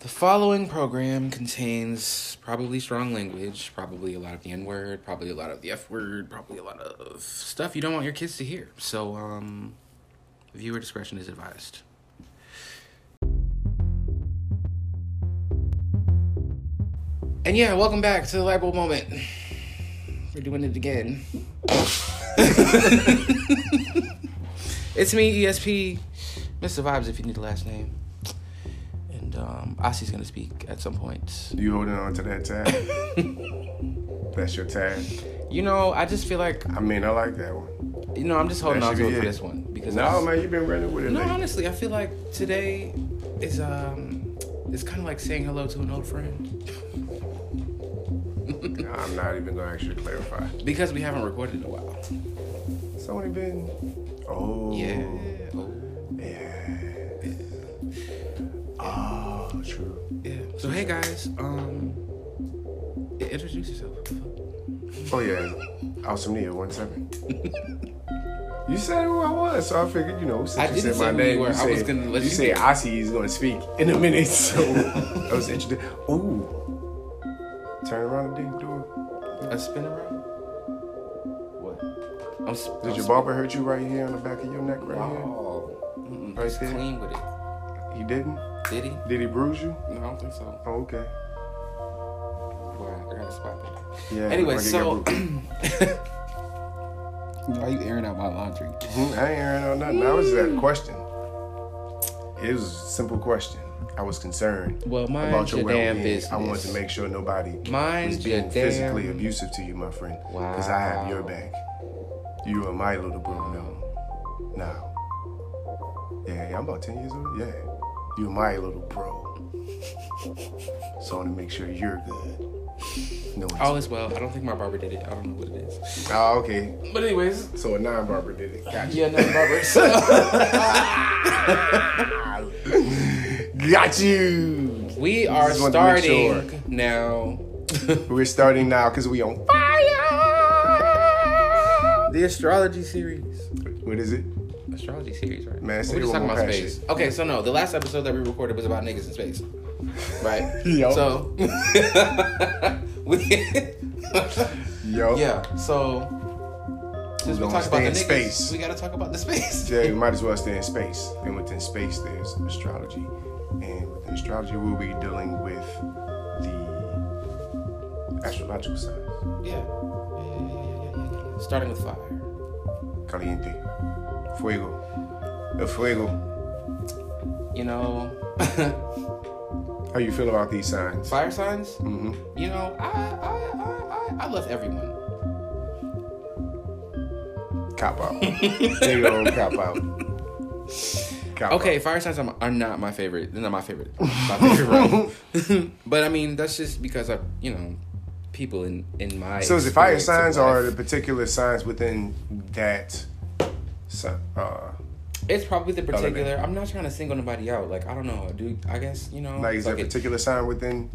The following program contains probably strong language, probably a lot of the N word, probably a lot of the F word, probably a lot of stuff you don't want your kids to hear. So, um, viewer discretion is advised. And yeah, welcome back to the light bulb moment. We're doing it again. it's me, E ESP, Mr. Vibes, if you need the last name. And um, Ossie's gonna speak at some point. You holding on to that tag? That's your tag. You know, I just feel like I mean, I like that one. you know I'm just holding That on should to be it for it. this one because No, I- man, you've been running with it. no, lately. honestly, I feel like today is um, it's kind of like saying hello to an old friend I'm not even gonna actually clarify. because we haven't recorded in a while. It's only been. Oh. Yeah. Yeah. Oh, true. Yeah. So hey guys, um, i- introduce yourself. Oh yeah. Awesome Nia, one seven. You said who I was, so I figured, you know, since I you didn't said my say who name, you were. you I said, was gonna let you you said be- Ossie is gonna speak in a minute, so I was interested. Ooh. Turn around and dig door. A spin around. What? I'm. s- Did I'm your s- barber hurt you right here on the back of your neck, right Oh, mm-mm, Right he's there. clean with it. here? He didn't. Did he? Did he bruise you? No, I don't think so. Oh, okay. Well, I got a spot there. Yeah. Anyway, like he got so bruised. why are you airing out my laundry? Mhm, I ain't hearing on nothing. I was just a question. It was a simple question. I was concerned Well, mind about your, your damn well-being. I wanted to business. make sure nobody Mind was being your physically damn- abusive to you, my friend. Because I have your Wow. back. You are my little bro now. Now. Yeah, yeah, I'm about 10 years old. Yeah. You're my little bro. so I want to make sure you're good. No one's. All is Oh, well. I don't think my barber did it. I don't know what it is. Oh, okay. But anyways, So a non barber did it. Gotcha. yeah, no barber. So Got you. we are Just wanted to make starting sure. now. We're starting now because we on fire. the astrology series. What is it? Astrology series, right? Man, say we're it just one talking more about passion. space. Okay, so no, the last episode that we recorded was about niggas in space, right? Yup. So we. Yo. Yeah. So since we gonna talked about stay the in niggas, space. we gotta talk about the space. Yeah, you might as well stay in space. And within space, there's astrology. And within astrology, we'll be dealing with the astrological signs. Yeah. Yeah, yeah, yeah, yeah, yeah, yeah. Starting with fire. Caliente. Fuego. El fuego. You know, How you feel about these signs? fire signs. Mm-hmm. You know, I I I I, I love everyone. Cop out. Big old cop out. Cop Okay, fire signs are, my- are not my favorite. They're not my favorite. My favorite right. but I mean, that's just because I, you know, people in in my So the fire experience of signs are the life- particular signs within that sign. Uh, it's probably the Element. particular. I'm not trying to single nobody out. Like I don't know, dude. I guess you know. like, is there a fuck it. particular sign within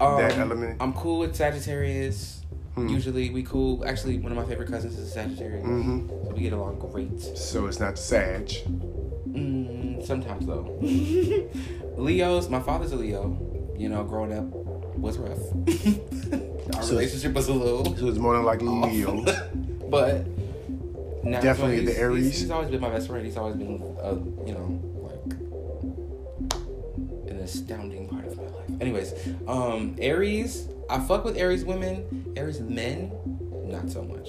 Um, that element? I'm cool with Sagittarius. Hmm. Usually we cool. Actually, one of my favorite cousins is a Sagittarius, Mhm. so we get along great. So it's not Sag. Mm, sometimes though, Leo's. My father's a Leo. You know, growing up was rough. Our So- relationship was a little, So it's more than likely Leo. but now, Definitely he's- the Aries. He's, he's always been my best friend. He's always been, uh, you know, like an astounding part of my life. Anyways, um, Aries. I fuck with Aries women. Aries men, not so much.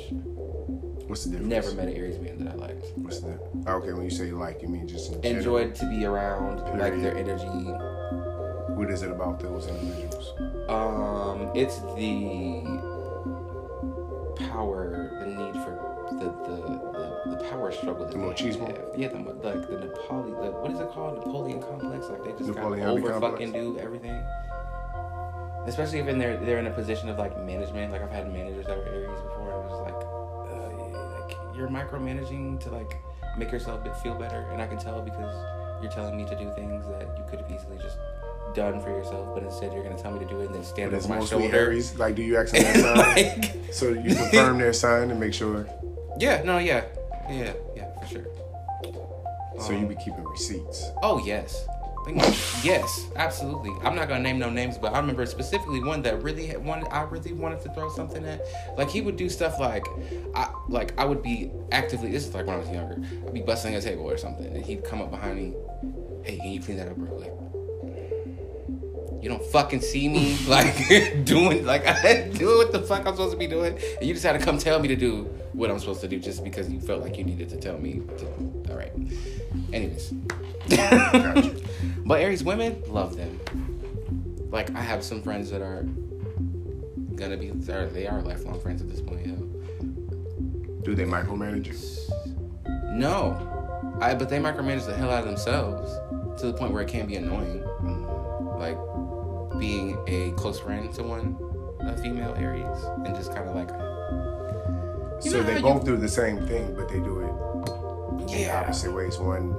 What's the difference? Never met an Aries man that I liked. What's the oh, okay? When you say like, you mean just in general? Enjoyed to be around, like their energy. What is it about those individuals? Um, it's the power, the need for the the, the, the power struggle. That The machismo? They have. Yeah, the, mo- like the Napoli, the, what is it called? Napoleon complex. Like they just Napoleonic gotta over complex. fucking do everything. Especially if in they're they're in a position of like management. Like I've had managers that were Aries before. and I was like, uh, like you're micromanaging to like make yourself be- feel better, and I can tell because you're telling me to do things that you could have easily just done for yourself, but instead you're gonna tell me to do it and then stand over But it's my mostly shoulder. Aries. uh, Like, do you ask them And, their sign? like, So you confirm their sign and make sure. yeah, no, yeah, yeah, yeah, for sure. So you Um, be keeping receipts. Oh yes, Like, yes, absolutely. I'm not gonna name no names, but I remember specifically one that really had one I really wanted to throw something at. Like he would do stuff like, I like I would be actively. This is like when I was younger. I'd be busting a table or something, and he'd come up behind me. Hey, can you clean that up real quick? you don't fucking see me like doing like I doing what the fuck I'm supposed to be doing, and you just had to come tell me to do what I'm supposed to do just because you felt like you needed to tell me. To, all right. Anyways, but Aries women love them. Like I have some friends that are gonna be or they are lifelong friends at this point. Yeah. Do they micromanage you? No, I but they micromanage the hell out of themselves to the point where it can be annoying. Like being a close friend to one, a female Aries, and just kind of like, You so know they how both do the same thing, but they do it in yeah. opposite ways. One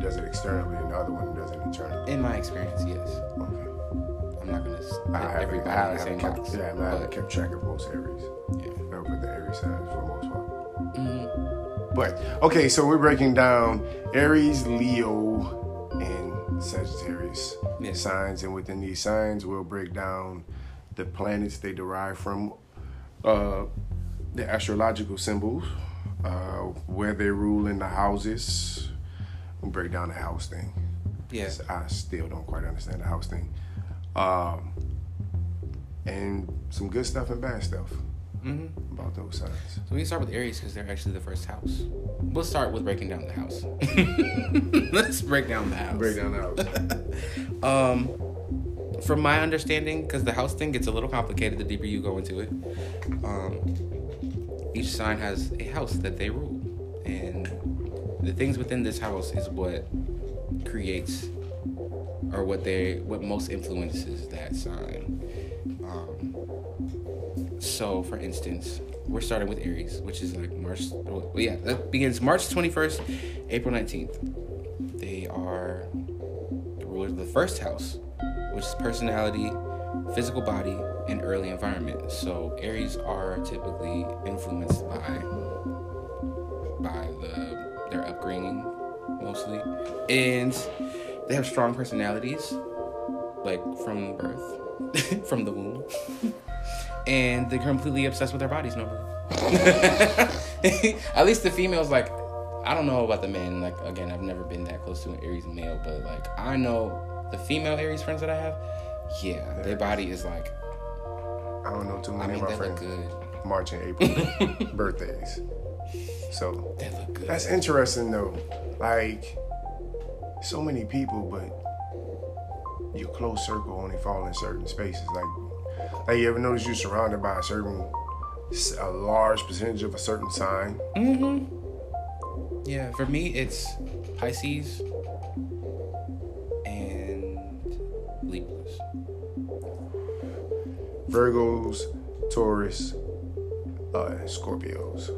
does it externally, and the other one does it internally. In my experience, yes. Okay. I'm not gonna I put everybody haven't, I in the haven't same kept, box. yeah, I haven't but- kept track of most Aries. yeah. Or with the Aries signs for the most part. Mhm. But okay, so we're breaking down Aries, Leo, and Sagittarius Yes. signs, and within these signs, we'll break down the planets they derive from, uh, the astrological symbols, uh, where they rule in the houses. We'll break down the house thing. Yeah. Yes, I still don't quite understand the house thing. Um, and some good stuff and bad stuff Mhm. about those signs. So we can start with Aries because they're actually the first house. We'll start with breaking down the house. Let's break down the house. Break down the house. Um, from my understanding, because the house thing gets a little complicated the deeper you go into it. Um, each sign has a house that they rule, and the things within this house is what creates or what they what most influences that sign. Um, so, for instance, we're starting with Aries, which is like March. Well, yeah, that begins March twenty first, April nineteenth. They are the ruler of the first house, which is personality, physical body, and early environment. So Aries are typically influenced by by the their upbringing mostly, and they have strong personalities, like from birth, from the womb, and they're completely obsessed with their bodies. No. At least the females like I don't know about the men. Like again, I've never been that close to an Aries male, but like I know the female Aries friends that I have. Yeah, their body is like I don't know too I many mean of my they look friends. good. March and April birthdays. So They look good. that's interesting though. Like so many people, but your close circle only fall in certain spaces. Like, like you ever notice you're surrounded by a certain, a large percentage of a certain sign. Yeah, for me it's Pisces and Libras. Virgos, Taurus, uh, and Scorpios.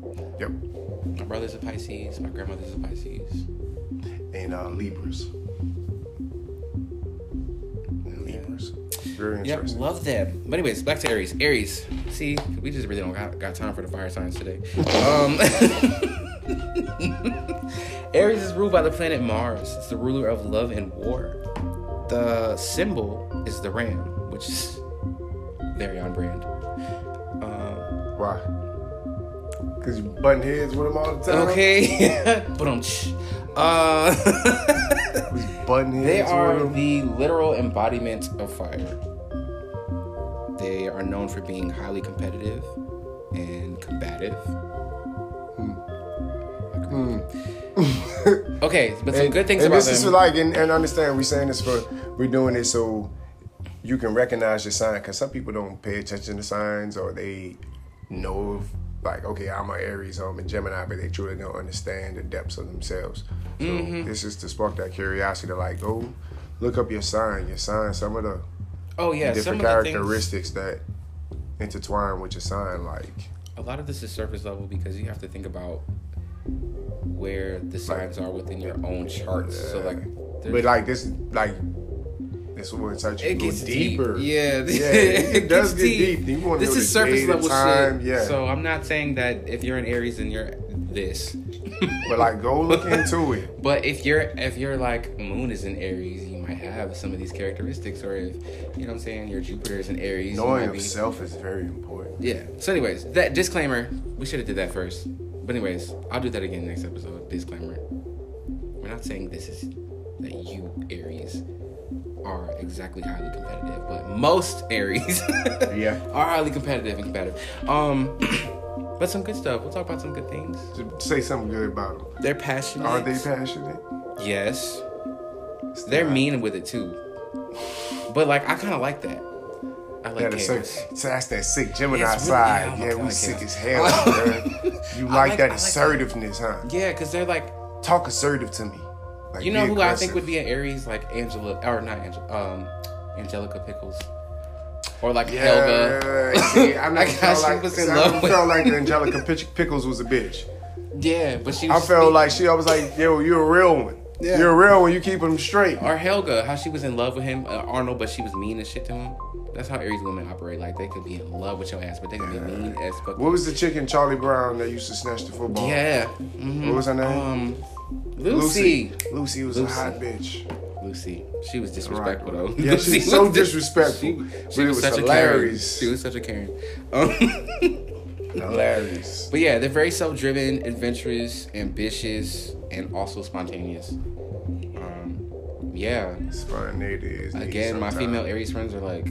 Yeah, Yep. my brother's a Pisces. My grandmother's a Pisces. And uh, Libras. Libras. Very Yep, interesting. love them. But anyways, back to Aries. Aries. See, we just really don't got, got time for the fire signs today. Um, Aries is ruled by the planet Mars. It's the ruler of love and war. The symbol is the ram, which is very on brand. Um, Why? Because you button heads with them all the time. okay. Ba-dum-tsh. uh, Was butting They heads are with them. the literal embodiment of fire. They are known for being highly competitive and combative. Hmm. Hmm. Okay, but some And- good things and about this is them. like, and, and understand, we're saying this for, we're doing it so you can recognize your sign. Because some people don't pay attention to signs or they know of, like, okay, I'm an Aries, I'm a Gemini, but they truly don't understand the depths of themselves. So Mm-hmm. this is to spark that curiosity to, like, go look up your sign, your sign, some of the oh yeah, some different of the things. characteristics that intertwine with your sign, like, A lot of this is surface level because you have to think about where the signs are within your own charts. So like, but like this, like, this will inside you it go gets deeper. deep. Yeah, Yeah, it does gets get deep. You wanna This know is the surface date and level time, shit. yeah. So I'm not saying that if you're an Aries and you're this. But like, go look into it. But if you're if you're like Moon is in Aries, you might have some of these characteristics. Or if you know what I'm saying, your Jupiter is in Aries, you Knowing might be- yourself is very important. Yeah. So, anyways, that disclaimer. We should have did that first. But anyways, I'll do that again next episode. Disclaimer. We're not saying this is that you Aries are exactly highly competitive, but most Aries Yeah. are highly competitive and competitive. Um, but some good stuff. We'll talk about some good things. Just Say something good about them. They're passionate. Are they passionate? Yes. It's They're not. mean with it too. But like, I kind of like that. I like That that. is so, so that's that sick Gemini It's really- side. yeah, I'm yeah, okay, we I sick guess. as hell, bro. You I like, like- that I like- assertiveness, huh? Yeah, because they're like Talk assertive to me. Like, You know be who I think aggressive. would be an Aries, like Angela, or not Angela, um, Angelica Pickles, or like Helga. Yeah, see, I'm not Like, felt she like, was see, in I love never with- felt like Angelica Pic- Pickles was a bitch. Yeah, but she. I Was felt like she always like, yo, you're a real one. Yeah. You're a real one. You keep them straight. or Helga, how she was in love with him, uh, Arnold, but she was mean as shit to him. That's how Aries women operate. Like they could be in love with your ass, but they could be mean as fuck. What was the chick in Charlie Brown that used to snatch the football? Yeah. mhm. What was her name? Um, Lucy. Lucy was Lucy. a hot bitch. Lucy. She was Right. disrespectful though. Yeah, Lucy she's so was dis- disrespectful. but it was hilarious. A Karen. She was such a Karen. Um, Hilarious. But yeah, they're very self-driven, adventurous, ambitious, and also spontaneous. Um, yeah. Spontaneity is neat Again, my sometimes. female Aries friends are like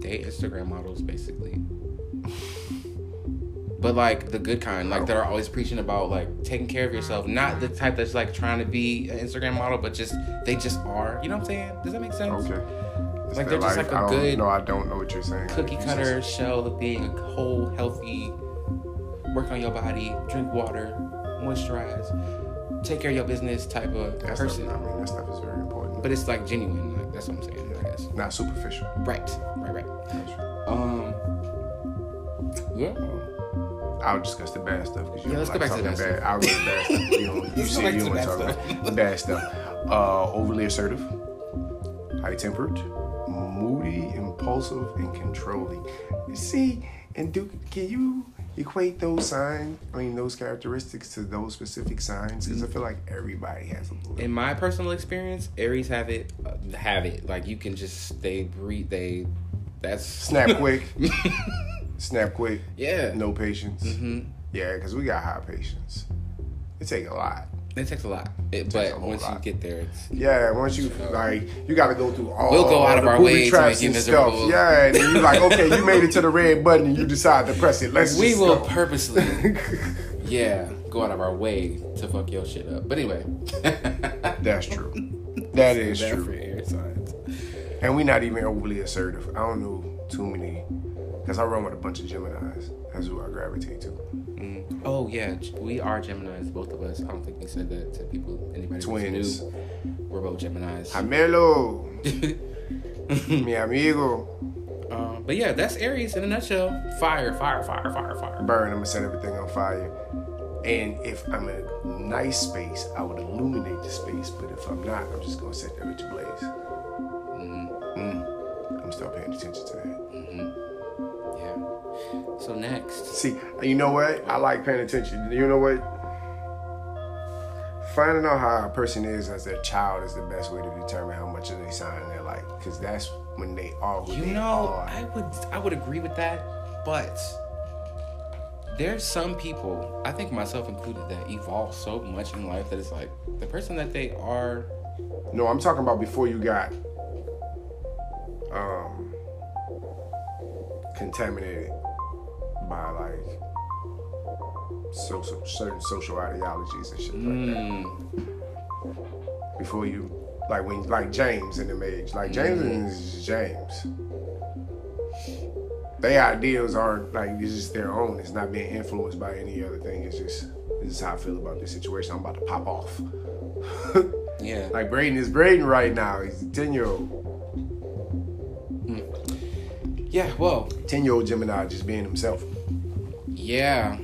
they Instagram models basically. But like the good kind, like that are always preaching about like taking care of yourself. Not the type that's like trying to be an Instagram model, but just they just are. You know what I'm saying? Does that make sense? Okay. It's Like, their they're just like a I don't good No, I don't know what you're saying. cookie You just- cutter shell of being a whole, healthy, work on your body, drink water, moisturize, take care of your business type of That stuff, person. I mean, that stuff is very important. But it's like genuine. Like, that's what I'm saying, I guess. not superficial. Right, right, right. Um, yeah. I'll discuss the bad stuff because you Yeah, don't let's go like back to the talking bad bad. I'll go to the bad stuff. You, don't, you Let's go see, back you to the want to bad talk stuff. about the bad stuff. Uh, overly assertive, high tempered, moody, impulsive, and controlling. You See, and do can you equate those signs? I mean, those characteristics to those specific signs? Because I feel like everybody has a little. In my personal experience, Aries have it, uh, have it. Like you can just they breathe. They, that's Snap quick, snap quick. yeah. No patience. hmm Yeah, because we got high patience. It take a lot. It takes a lot, it, takes a but whole once lot. you get there, it's Yeah, once you like, you got to go through all. We'll go out of the our booby way to traps make you and miserable. Stuff. Yeah, and then you like, okay, you made it to the red button, and you decide to press it. Let's. we just will go. purposely yeah, go out of our way to fuck your shit up. But anyway, That's true. That is That for true. air signs. And we're not even overly assertive. I don't know too many, because I run with a bunch of Gemini's. That's who I gravitate to. Mm. Oh yeah, G- we are Gemini's, both of us. I don't think we said that to people. Anybody who's Twins. new. We're both Gemini's. Amelo, mi amigo. um, but yeah, that's Aries in a nutshell. Fire, fire, fire, fire, fire. burn. I'm gonna set everything on fire. And if I'm in a nice space, I would illuminate the space. But if I'm not, I'm just gonna set that bitch ablaze. Mm. I'm still paying attention to that. Yeah. So next, See, you know what? I like paying attention. You know what? Finding out how a person is as their child is the best way to determine how much of their sign they're like, because that's when they are. Who you they know, are. I would I would agree with that, but there's some people, I think myself included, that evolve so much in life that it's like the person that they are No, I'm talking about before you got um contaminated by like social certain social ideologies and shit like that. Mm, Before you like when like James in the age. Like James is James. Their ideas aren't like it's just their own. It's not being influenced by any other thing. It's just this is how I feel about this situation. I'm about to pop off. yeah. Like Braden is Braden right now. He's a ten year old. Yeah, well, Ten year old Gemini just being himself. yeah.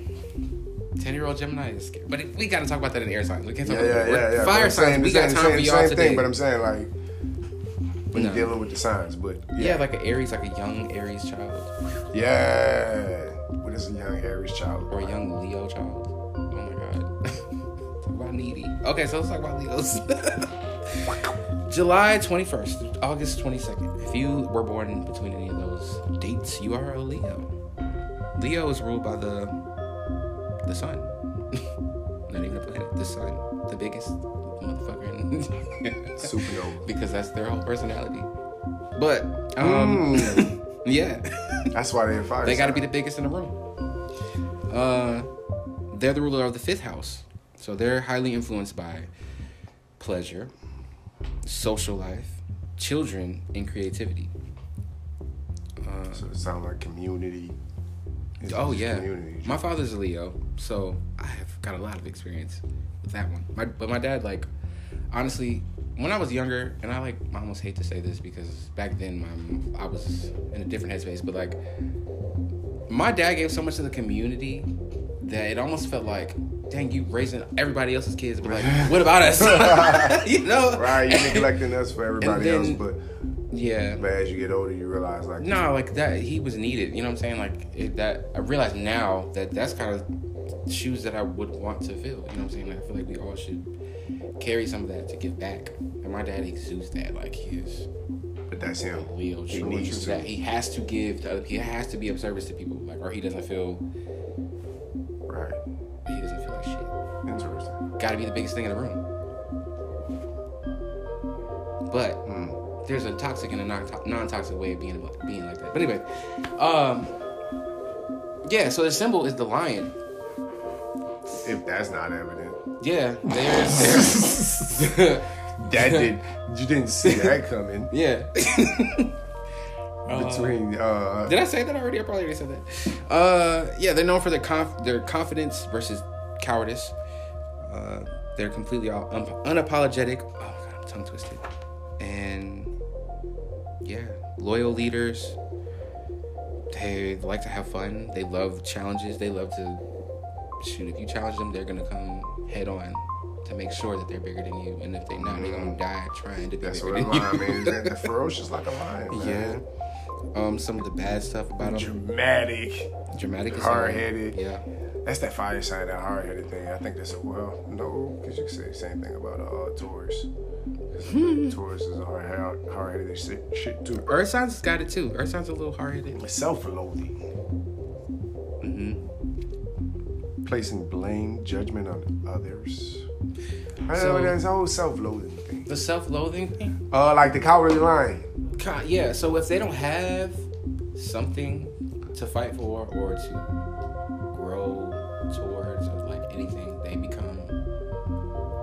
10 year old Gemini is scary. But it, we got to talk about that in air signs. We can't talk Yeah, about yeah, yeah, that. yeah. But Fire I'm signs, saying the we got same- time for same- y'all same today. thing, but I'm saying like No. when you're dealing with the signs, but yeah, like an Aries, like a young Aries child yeah. What is a young Aries child? or a young Leo child. Oh my God. God. talk about needy. Okay, so let's talk about Leos. July 21st, August 22nd. If you were born between any of those dates, you are a Leo. Leo is ruled by the the sun. Not even a planet. The sun, the biggest motherfucker, in Supernova. because that's their whole personality. But um, yeah. That's why they're fire. They got to be the biggest in the room. Uh, they're the ruler of the fifth house, so they're highly influenced by pleasure, social life, children, and creativity. Uh, So it sounds like community. It's oh just yeah, community. my father's a Leo, so I've got a lot of experience with that one. My, but my dad, like, honestly, when I was younger, and I like, I almost hate to say this because back then, my, I was in a different headspace. But like, my dad gave so much to the community that it almost felt like, dang, you raising everybody else's kids, but like, what about us? you know? Right, you're neglecting us for everybody then- else, but, yeah. but as you get older, you realize like No, like that he was needed. You know what I'm saying? Like it, that I realize now that that's kind of shoes that I would want to fill. You know what I'm saying? Like, I feel like we all should carry some of that to give back. And my dad exudes that. Like he is but that's him. a Leo. He True, and needs true to. that he has to give. To other, he has to be of service to people. Like or he doesn't feel Right. he doesn't feel like shit. Interesting. Got to be the biggest thing in the room. But Mm. there's a toxic and a non toxic way of being about- being like that. But anyway, um, yeah. So the symbol is the lion. If that's not evident, Yeah, there's, there's that did you didn't see that coming yeah. between uh Did I say that already? I probably already said that. Uh, yeah, they're known for their conf- their confidence versus cowardice. Uh, they're completely all un- unapologetic. Oh god, I'm tongue twisted. And yeah, loyal leaders. They like to have fun. They love challenges. They love to shoot. If you challenge them, they're gonna come head on to make sure that they're bigger than you. And if they're not, they're gonna die trying to be Mm-hmm. that's bigger what a than lion you. means. That the ferocious like a lion, yeah. man. Um, some of the bad stuff about them. Dramatic. Dramatic is Hard-headed. Yeah. That's that fire sign, that hard headed thing. I think that's a well. No, because you can say the same thing about uh, Taurus. 'Cause Taurus is hard hard headed shit, shit too. Earth signs got it too. Earth signs a little hard headed. Self loathing. Placing blame, judgment on others. I So- know that's the whole self loathing thing. The self loathing thing. Uh, like the cowardly lion. Ki- Yeah. So if they don't have something to fight for or to grow towards or like anything, they become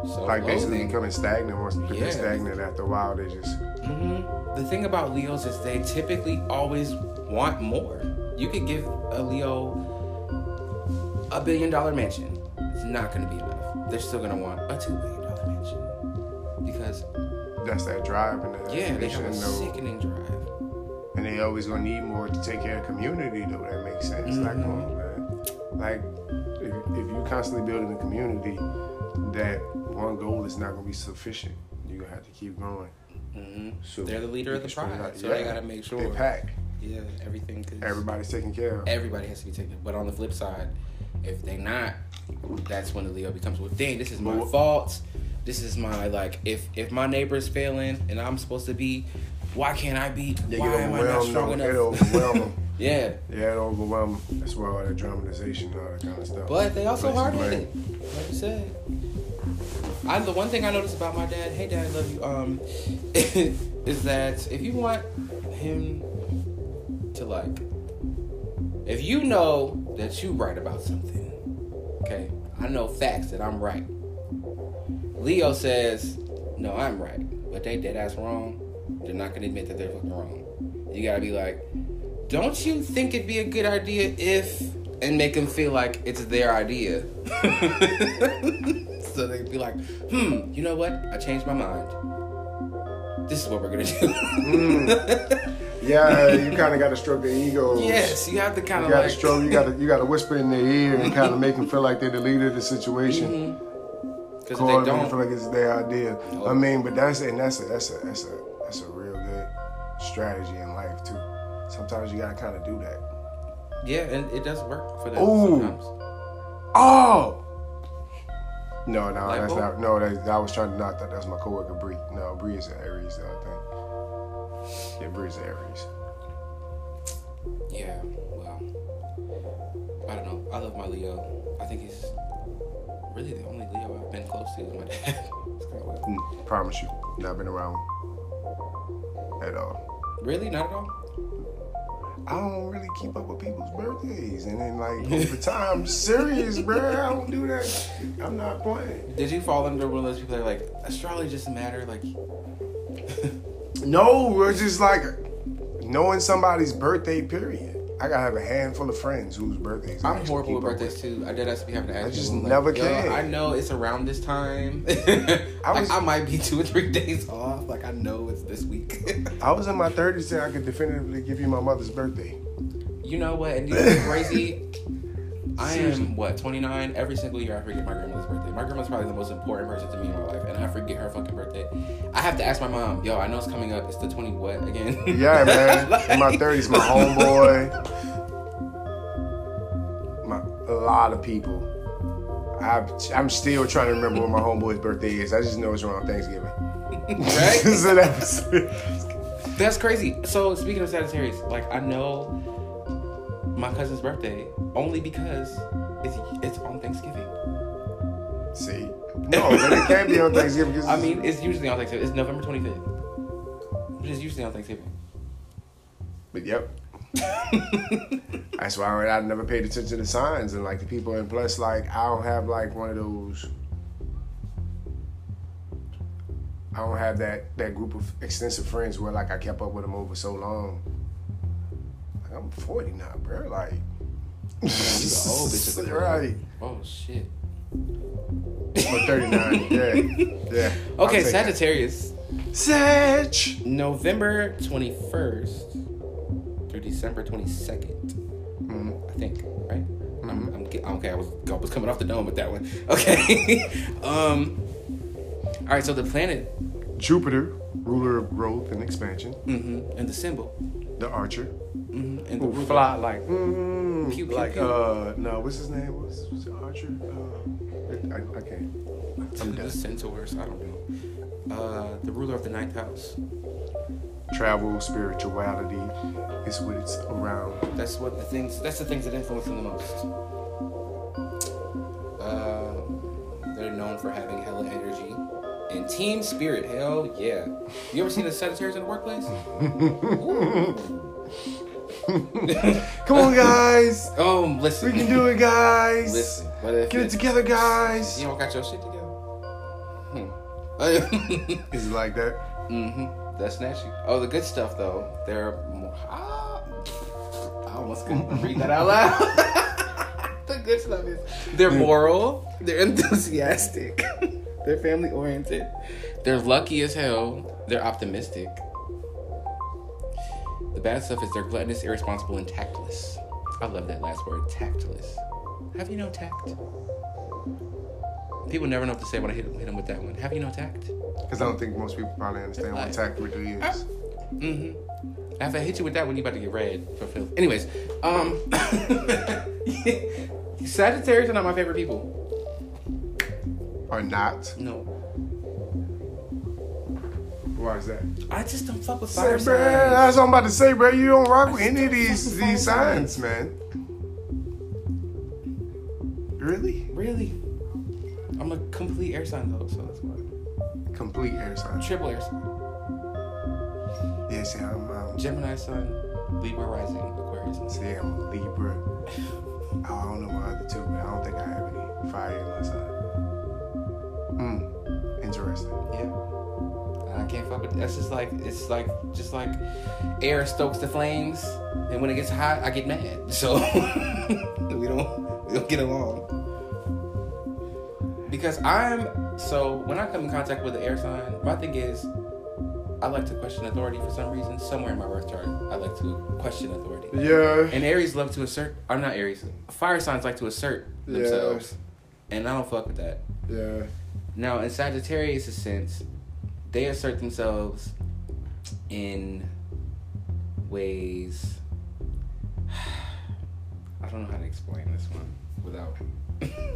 self Like basically loathing. becoming stagnant. Once they Oh. Yeah. become stagnant after a while, they just. Mhm. The thing about Leos is they typically always want more. You could give a Leo a billion dollar mansion. It's not going to be enough. They're still going to want a two billion dollar mansion because That's that drive and yeah, that they have a ambition, though. sickening drive. And they always gonna need more to take care of community though. That makes sense. Like, come on, man. Mm-hmm. Like, if, if you constantly building a community, that one goal is not gonna be sufficient. You gonna have to keep going. Mhm. So They're the leader of the Spread it tribe, out. so they gotta make sure. they pack. Yeah, everything. 'cause Everybody's taken care of. Everybody has to be taken. But on the flip side, if they not, that's when the Leo becomes. Well, dang, this is my Well- fault. This is my like. If if my neighbor's failing and I'm supposed to be, why can't I be? They Why get am I not overwhelmed. strong Though. It enough? overwhelm them. yeah, Yeah, it overwhelm 'em. That's where all that dramatization, and all that kind of stuff. but they also Places hard blame. headed. Like you said. I, the one thing I noticed about my dad, hey dad, love you, um, is that if you want him to like, if you know that you right about something, okay, I know facts that I'm right. Leo says, no, I'm right, but they dead ass wrong. They're not gonna admit that they're fucking wrong. You gotta be like, don't you think it'd be a good idea if, and make them feel like it's their idea. so they be like, hmm, you know what? I changed my mind. This is what we're gonna do. Yeah, you kind of got to stroke their egos. yes, you have to kind You of gotta like. stroke. You gotta you gotta whisper in their ear and kind of make them feel like they're the leader of the situation. Because if Call they them and feel don't, like it's their idea. Nope. I mean, but that's and that's a that's a that's a that's a real good strategy in life too. Sometimes you gotta kind of do that. yeah, and it does work for them Ooh. sometimes. Oh, No, no, Like that's what? not. No, that, I was trying to not. That, that's my coworker Bree. No, Bree is an Aries. I think. Yeah, Bree's an Aries. Yeah, well, I don't know. I love my Leo. I think he's really the only Leo I've been close to is my dad. It's kind of weird. Mm, promise you, not been around at all. Really? Not at all? I don't really keep up with people's birthdays, and then like over time, I'm serious, bro. I don't do that. I'm not playing. Did you fall under one of those people that are like, astrology doesn't matter? Like, No, we're just like knowing somebody's birthday. Period. I gotta have a handful of friends whose birthdays. I I'm actually horrible keep with up birthdays too. I did us be having to ask I just people, like, never "Yo, can." I know it's around this time. I I, was- I might be two or three days off. Like, I know it's this week. I was in my 30s and I could definitively give you my mother's birthday. you know what? And you know what's crazy? I Seriously. am what 29. Every single year, I forget my grandmother's birthday. My grandma's probably the most important person to me in my life, and I forget her fucking birthday. I have to ask my mom, "Yo, I know it's coming up. It's the 20 what again?" Yeah, man. in my Like- 30s, my homeboy, my a lot of people. I, I'm still trying to remember what my homeboy's birthday is. I just know it's around Thanksgiving. right? So that was- That's crazy. So speaking of Sagittarius, like I know my cousin's birthday only because it's it's on Thanksgiving. See, no, but it can't be on Thanksgiving. 'cause I mean, it's usually on Thanksgiving. It's November 25th. But it's usually on Thanksgiving. but yep. That's why I, I never paid attention to the signs and like the people. And plus, like I don't have like one of those. I don't have that that group of extensive friends where like I kept up with them over so long. Like I'm 40 now, bro. Like old bitch at the point. right? oh shit. Or 39. yeah, yeah. I'll Okay, take that. Sagittarius. Sag. November 21st through December 22nd, Mhm. I think, right? Mm-hmm. Mm-hmm. I'm, I'm, ge- okay, I was, I was coming off the dome with that one. Okay. um. All right, so the planet Jupiter, ruler of growth and expansion, mhm, and the symbol the archer. mhm, and the who ruler. fly like mm, Pew, pew, like pew. uh no what's his name what's, what's the archer uh, I, I can't to I'm done. the centaurs. I don't know. Uh, the ruler of the ninth house. travel spirituality is what it's around That's what the things. That's the things that influence them the most. Uh, they're known for having hella energy and team spirit. Hell yeah! You ever seen a Sagittarius in the workplace? come on guys Oh, listen. we can do it guys Listen. What if get it it- together guys You don't got your shit together. Hmm. is it like that Mm-hmm. That's snatchy. Oh, the good stuff though. They're more. Ah, I almost couldn't read that out loud. the good stuff is they're moral. They're enthusiastic. they're family oriented. They're lucky as hell. They're optimistic. The bad stuff is they're gluttonous, irresponsible, and tactless. I love that last word, tactless. Have you no tact? People never know what to say when I hit, hit them with that one. Have you no tact? because I don't think most people probably understand what Like- tact really is Mm-hmm. If I hit you with that one, you about to get red for filth. Anyways, um, Sagittarius are not my favorite people. or not No, why is that I just don't fuck with Say, fire bro, signs. that's what I'm about to say bro you don't rock with I any of these fucking these fire signs man really Really, I'm a complete air sign though, so that's why. complete air sign Triple air sign: yeah see I'm um, Gemini sun, Libra rising, Aquarius. and See, I'm a Libra. I don't know my other two, but I don't think I have any fire in my sign. Hmm. Interesting. Yeah, I can't fuck with. That's just like it's like just like air stokes the flames, and when it gets hot, I get mad. So we don't we don't get along. Because I'm so when I come in contact with the air sign, my thing is I like to question authority for some reason. Somewhere in my birth chart, I like to question authority. Yeah. And Aries love to assert. I'm not Aries. Fire signs like to assert Yeah. themselves, and I don't fuck with that. Yeah. Now, in Sagittarius' sense, they assert themselves in ways. I don't know how to explain this one without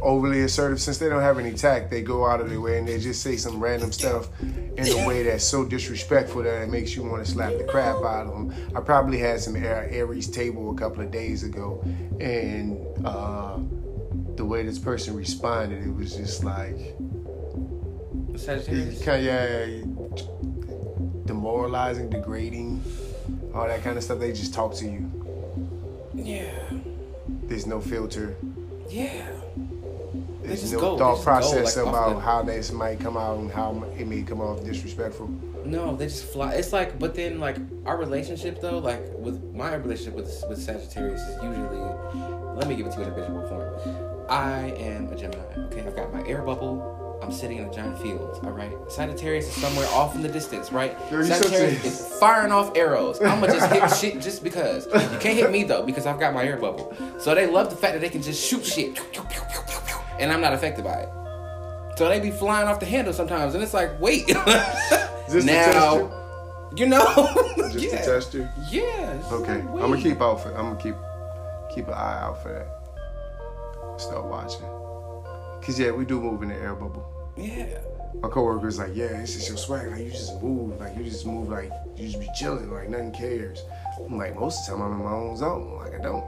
overly assertive since they don't have any tact they go out of their way and they just say some random stuff in a way that's so disrespectful that it makes you want to slap the crap out of them i probably had some Air- aries table a couple of days ago and uh, the way this person responded it was just like Sagittarius. kind of, yeah, demoralizing degrading all that kind of stuff they just talk to you Yeah. there's no filter Yeah. There's just no go. They thought just go, process like, off about the- how this might come out and how it may come off disrespectful. No, they just fly. It's like, but then like our relationship though, like with my relationship with with Sagittarius is usually. Let me give it to you in a visual form. I am a Gemini. Okay, I've got my air bubble. I'm sitting in a giant field. All right, Sagittarius is somewhere off in the distance. Right, Girl, you so Sagittarius serious. is firing off arrows. I'ma just hit shit just because. You can't hit me though because I've got my air bubble. So they love the fact that they can just shoot shit, and I'm not affected by it. So they be flying off the handle sometimes, and it's like, wait. Just to test you? now, you know. Just yeah. to test you. Yeah. it's Okay, like, I'm gonna wait. keep out for. I'm gonna keep keep an eye out for that. Start watching. Cause yeah, we do move in the air bubble. Yeah. My coworker was like, "Yeah, this is your swag. Like you just move. Like you just move. Like you just be chilling. Like nothing cares." I'm like, most of the time I'm in my own zone. Like I don't.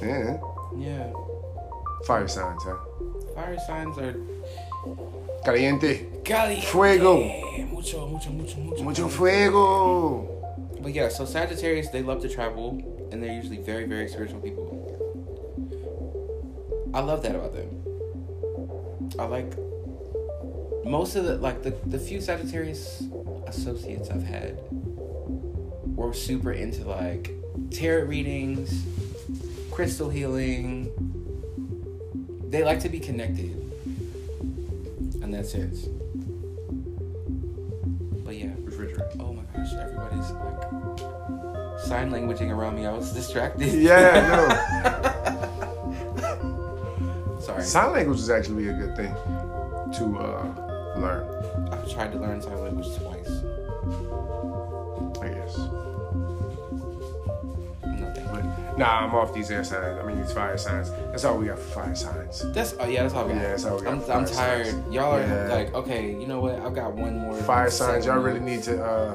Yeah, Yeah. fire signs, huh? Fire signs are Caliente, golly. Fuego. Mucho, mucho, mucho, mucho. mucho fuego. But yeah, so Sagittarius, they love to travel, and they're usually very, very spiritual people. I love that about them. I like most of the like the, the few Sagittarius associates I've had were super into like tarot readings, crystal healing. They like to be connected in that sense. But yeah. Refrigerator. Oh my gosh, everybody's like sign languaging around me. I was distracted. Yeah, Sorry. no. Sign language is actually a good thing to uh, learn, I've tried to learn sign language twice. I guess. No thank you. But nah, I'm off these air signs. I mean, these fire signs. That's all we got for fire signs. That's oh yeah, that's all we got. Yeah, that's all we got. I'm, Fire I'm tired. signs. Y'all are Yeah. like, okay, you know what? I've got one more. Fire signs. Y'all really segment. need to uh,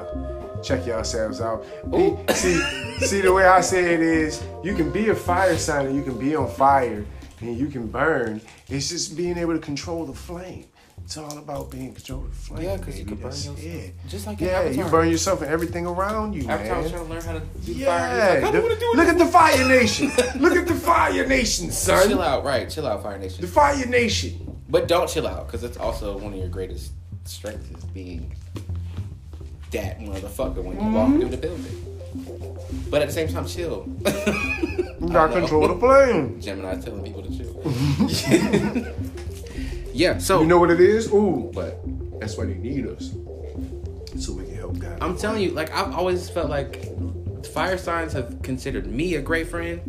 check yourselves out. Ooh. See, see, the way I say it is, you can be a fire sign and you can be on fire and you can burn. It's just being able to control the flame. It's all about being in control of the flame. Yeah, 'cause you can baby. burn That's yourself. it. Just like in yeah, you Avatar. burn yourself and everything around you, Every time I man. was trying to learn how to do fire, Yeah, it's like, I the- don't want to do it. look at the Fire Nation. look at the Fire Nation, son. Chill out, right? Chill out, Fire The Nation. Fire Nation. But don't chill out, because it's also one of your greatest strengths is being that motherfucker when you walk Mm-hmm. through the building. But at the same time, chill. You I gotta know. control the flame. Gemini's telling people to chill. yeah, so You know what it is? Ooh, but that's why they need us, so we can help God. I'm telling you, like I've always felt like fire signs have considered me a great friend.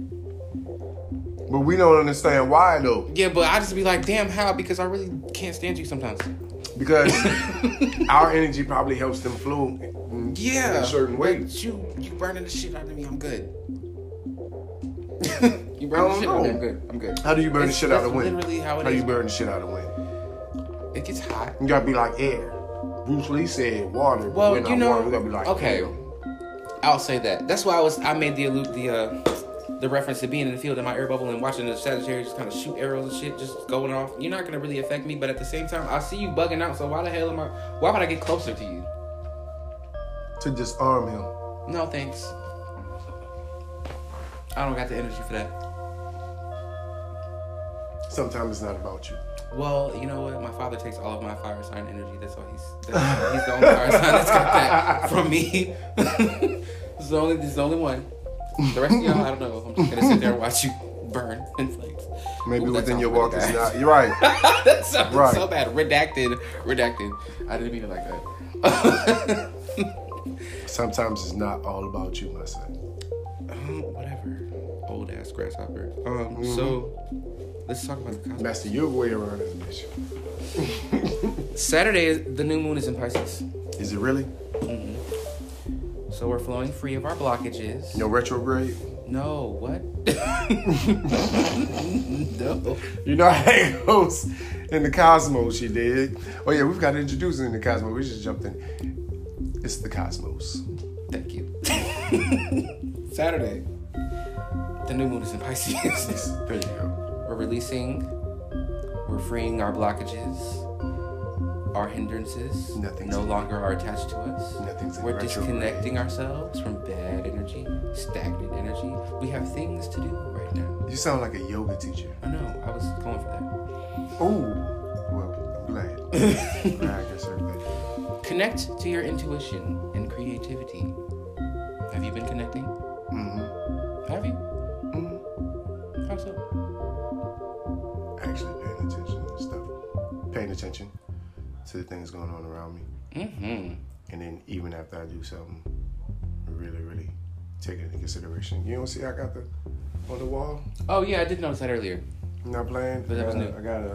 but we don't understand why though, Yeah, but I just be like, damn, how? Because I really can't stand you sometimes. because our energy probably helps them flow. in- Yeah, in a certain way. But you you burning the shit out of me. I'm good. you I burning the shit don't out of me. I'm know. good. I'm good. How do you burn the It's- shit out that's of wind? Literally how it How is. you burn the shit out of wind? It gets hot. You gotta be like air. Bruce Lee said water. but Well, we're not you know- water. we gotta be like okay. air. I'll say that. That's why I was I made the allude the uh the reference to being in the field in my air bubble and watching the Sagittarius just kind of shoot arrows and shit just going off. You're not gonna really affect me, but at the same time, I see you bugging out. So why the hell am I? Why would I get closer to you? to disarm him. No thanks. I don't got the energy for that. Sometimes it's not about you. Well, you know what? My father takes all of my fire sign energy. That's why he's that's, he's the only fire sign that's got that from me. it's the only it's the only one. The rest of y'all, I don't know. I'm just gonna sit there and watch you burn in flames. Maybe Ooh, that sounds within your really walk is bad. not. You're right. that sounds Right. so bad. Redacted, redacted. I didn't mean it like that. Sometimes it's not all about you, my son. um, whatever. Old ass grasshopper. Um, so mm-hmm. let's talk about the cosmos. Master your way around this bitch. Saturday, is- the new moon is in Pisces, Is it really? so we're flowing free of our blockages. No retrograde? No, No, what? no. You know how it goes in the Cosmos, she did. Oh yeah, we've got to introduce it in the Cosmos. We just jumped in. It's the Cosmos. Thank you. Saturday. The new moon is in Pisces. There you go. we're releasing, we're freeing our blockages, our hindrances Nothing's no in- longer are attached to us. Nothing's in we're retrograde. disconnecting ourselves from bad energy, stagnant energy. We have things to do right now. You sound like a yoga teacher. I know, I was going for Oh, well, I'm glad. I guess everything. that. Connect to your intuition and creativity. Have you been connecting? Mm-hmm. Have you? hmm How so? Actually paying attention to stuff. Paying attention to the things going on around me. Mm-hmm. And then even after I do something, really, really take it into consideration. You don't see I got the on the wall? Oh yeah, I did notice that earlier. I'm not playing. But that was I got new. a- I got a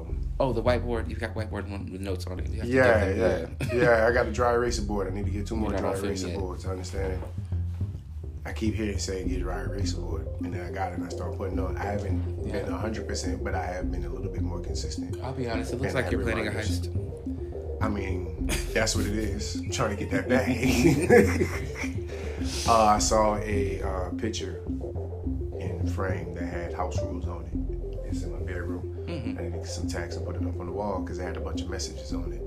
um, Oh, the whiteboard. You've got whiteboard one with notes on it. You have to Yeah, get yeah, them. yeah. I got a dry eraser board. I need to get two more You're not dry on film eraser yet. boards. I understand it. I keep hearing saying get a dry eraser board, and then I got it. and I start putting on. I haven't Yeah. been hundred percent, but I have been a little bit more consistent. I'll be honest. It looks And like that you're planning a reminders- heist. I mean, that's what it is. I'm trying to get that back. uh, I saw a uh, picture in frame that had house rules on it. It's in my bedroom. I didn't get some tax and put it up on the wall because it had a bunch of messages on it.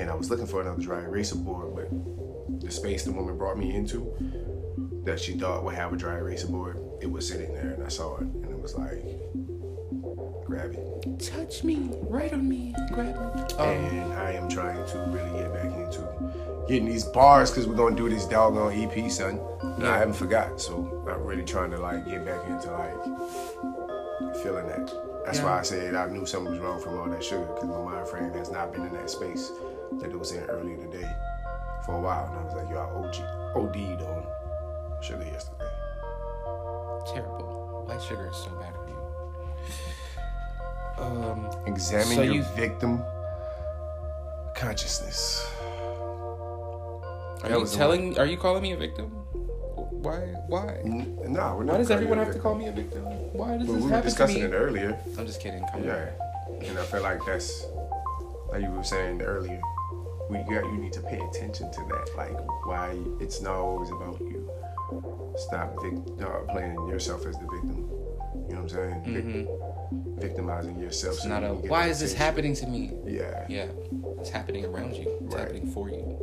And I was looking for another dry eraser board, but the space the woman brought me into that she thought would have a dry eraser board, it was sitting there and I saw it. And it was like, grab it. Touch me, right on me, grab me. Um, And I am trying to really get back into getting these bars because we're gonna do this doggone EP, son. And I haven't forgot, so I'm really trying to like get back into like feeling that. That's why I said I knew something was wrong from all that sugar because my mind frame has not been in that space that it was in earlier today for a while. And I was like, yo, I OG, OD'd on sugar yesterday. terrible. White sugar is so bad for you. Um, Examine So your you- victim consciousness. are That you was the telling? Are you calling me a victim? Why? Why? N- No, we're not. Why does calling everyone you a have to victim. call me a victim? Why does But this we were happen to me? discussing it earlier. I'm just kidding. Come Yeah. And I feel like that's like you were saying earlier. We got you need to pay attention to that. Like why it's not always about you. Stop vic- uh, playing yourself as the victim. You know what I'm saying? on. Vic- Mhm. victimizing yourself. It's so not you a. can get Why the is this happening attention. to me? Yeah, Yeah, it's happening around you. It's Right. happening for you.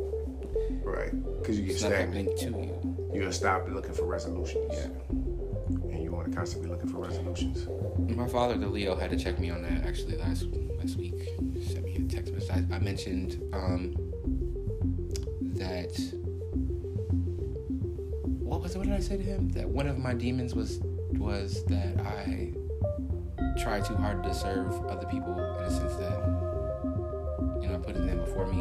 right. Because you get It's not stagnant. happening to you. You'll stop looking for resolutions. And you want to constantly looking for resolutions. My father, the Leo, had to check me on that actually last last week. He Sent me a text message. I, I mentioned um, that what was it? What did I say to him? That one of my demons was was that I try too hard to serve other people in a sense that you know putting them before me,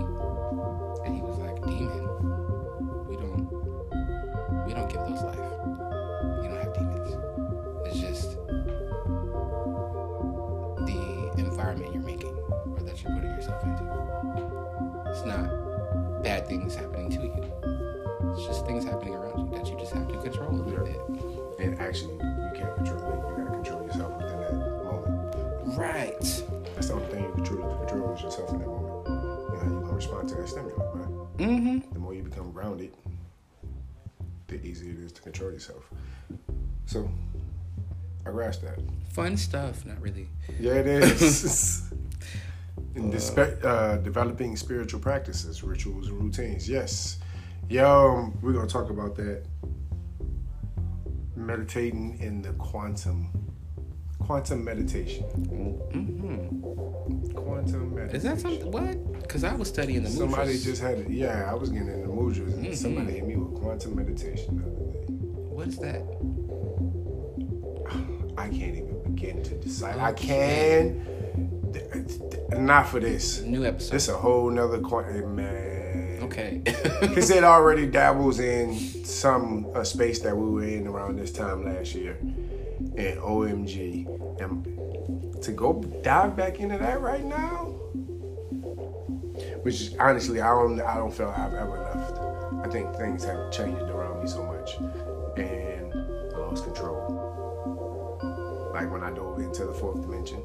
and he was like, "Demon, we don't we don't give those life. You don't have demons. It's just." the environment you're making or that you're putting yourself into. It's not bad things happening to you. It's just things happening around you that you just have to control a little bit. And actually, you can't control it. You gotta control yourself within that moment. Right. That's the only thing you can truly control is yourself in that moment. And how you gonna respond to that stimulus, right? Mm-hmm. The more you become grounded, the easier it is to control yourself. So I grasped that. Fun stuff, not really. Yeah, it is. In dispe- uh, developing spiritual practices, rituals, and routines. Yes. Yo, um, we're gonna talk about that. Meditating in the quantum, quantum meditation, Mm-hmm. quantum meditation. Is that something? What? Because I was studying the mood. Somebody just Mm-hmm. had it. Yeah, I was getting in the mood. juice, and Mhm. Somebody hit me with quantum meditation the other day. What is that? I can't even begin to decide. I Okay. can. th- th- Not for this. New episode. This a whole nother quantum man. okay. Because it already dabbles in some a space that we were in around this time last year. And OMG. And to go dive back into that right now, which is, honestly I don't I don't feel I've ever left. I think things have changed around me so much. And a lose control. Like when I dove into the fourth dimension,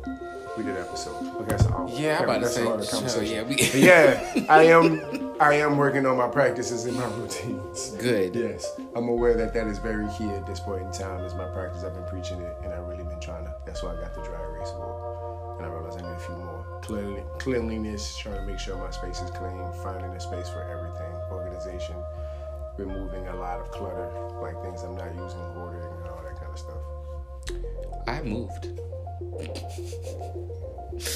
we did episodes. But that's all. Yeah, I'm about to that's a say, lot of so, conversation. yeah, we- But yeah, I am. I am working on my practices and my routines. Good. Yes, I'm aware that that is very key at this point in time. Is my practice. I've been preaching it, and I've really been trying to. That's why I got the dry erase board, and I realized I need a few more. Cleanly, cleanliness, trying to make sure my space is clean, finding a space for everything, organization, removing a lot of clutter, like things I'm not using, ordering, and all that kind of stuff. I moved.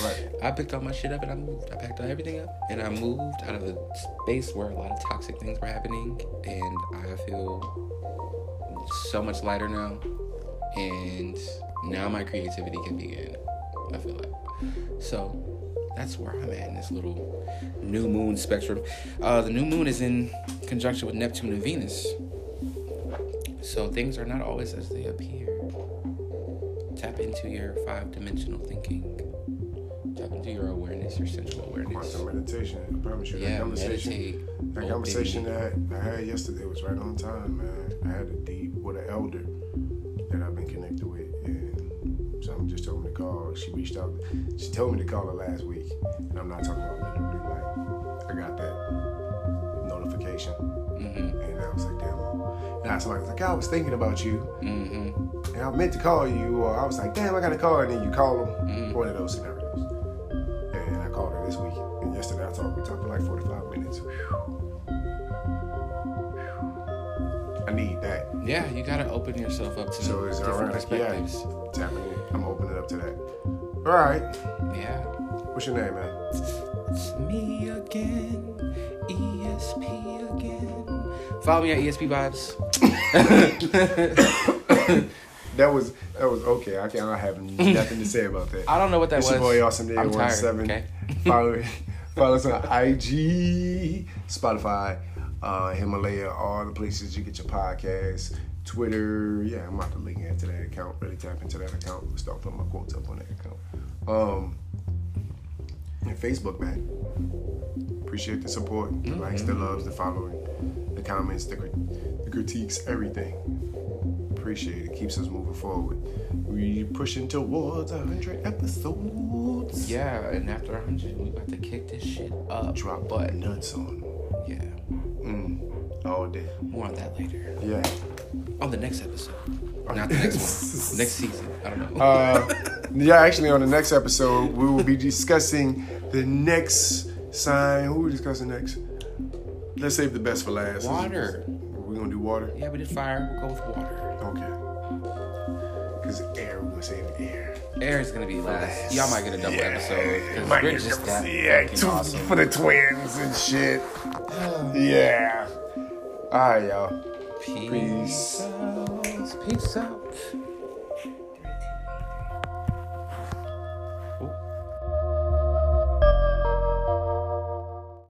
Right. I picked all my shit up and I moved. I packed everything up and I moved out of a space where a lot of toxic things were happening. And I feel so much lighter now. And now my creativity can begin. I feel like. So that's where I'm at in this little new moon spectrum. Uh, the new moon is in conjunction with Neptune and Venus. So things are not always as they appear. Tap into your five dimensional thinking. Tap into your awareness, your sensual awareness. Quantum meditation. I promise you, that Yeah, conversation. meditate. That Oh, conversation baby. that I had yesterday was right on time, man. I had a deep with an elder that I've been connected with, and someone just told me to call. She reached out. She told me to call her last week, and I'm not talking about literally like I got that notification, Mhm, and I was like, damn. Now somebody was like, I was thinking about you, mhm, and I meant to call you, or I was like, damn, I gotta call, and then you call them. Mm-hmm. One of those scenarios. And I called her this week, and yesterday I talked. We talked for like 45 minutes. I need that. Yeah, you gotta open yourself up to So it's different alright. perspectives. Yeah, tapping in. I'm opening up to that. All right. Yeah. What's your name, man? It's me again, ESP again. Follow me at E ESP Vibes. That was that was okay. I can't. I have nothing to say about that. I don't know what that It's was. your boy Awesome Day I'm One tired. Seven. Okay. Follow follow us on IG, Spotify, uh, Himalaya, all the places you get your podcasts. Twitter, yeah, I'm about to link into that account. Really tap into that account. Start putting my quotes up on that account. Um, and Facebook, man. Appreciate the support, the Mm-hmm. likes, the loves, the following, the comments, the, crit- the critiques, everything. Appreciate it. Keeps us moving forward. We pushing towards hundred episodes. Yeah, and after 100, we about to kick this shit up. Drop but nuts on yeah, mm. all day. more on that later Yeah. on the next episode. Not the next one. next season. I don't know. Uh, yeah, actually, on the next episode, we will be discussing the next sign. Who are we discussing next? Let's save the best for last. Water. We're gonna do water. yeah, we did fire. We'll go with water. Okay. Because air, we're gonna save air. Air is gonna be last. Y'all might get a double episode Yeah, because might we're get a just double- that yeah, fucking two awesome. for the twins and shit. Yeah. All right, y'all. Peace out. Peace out.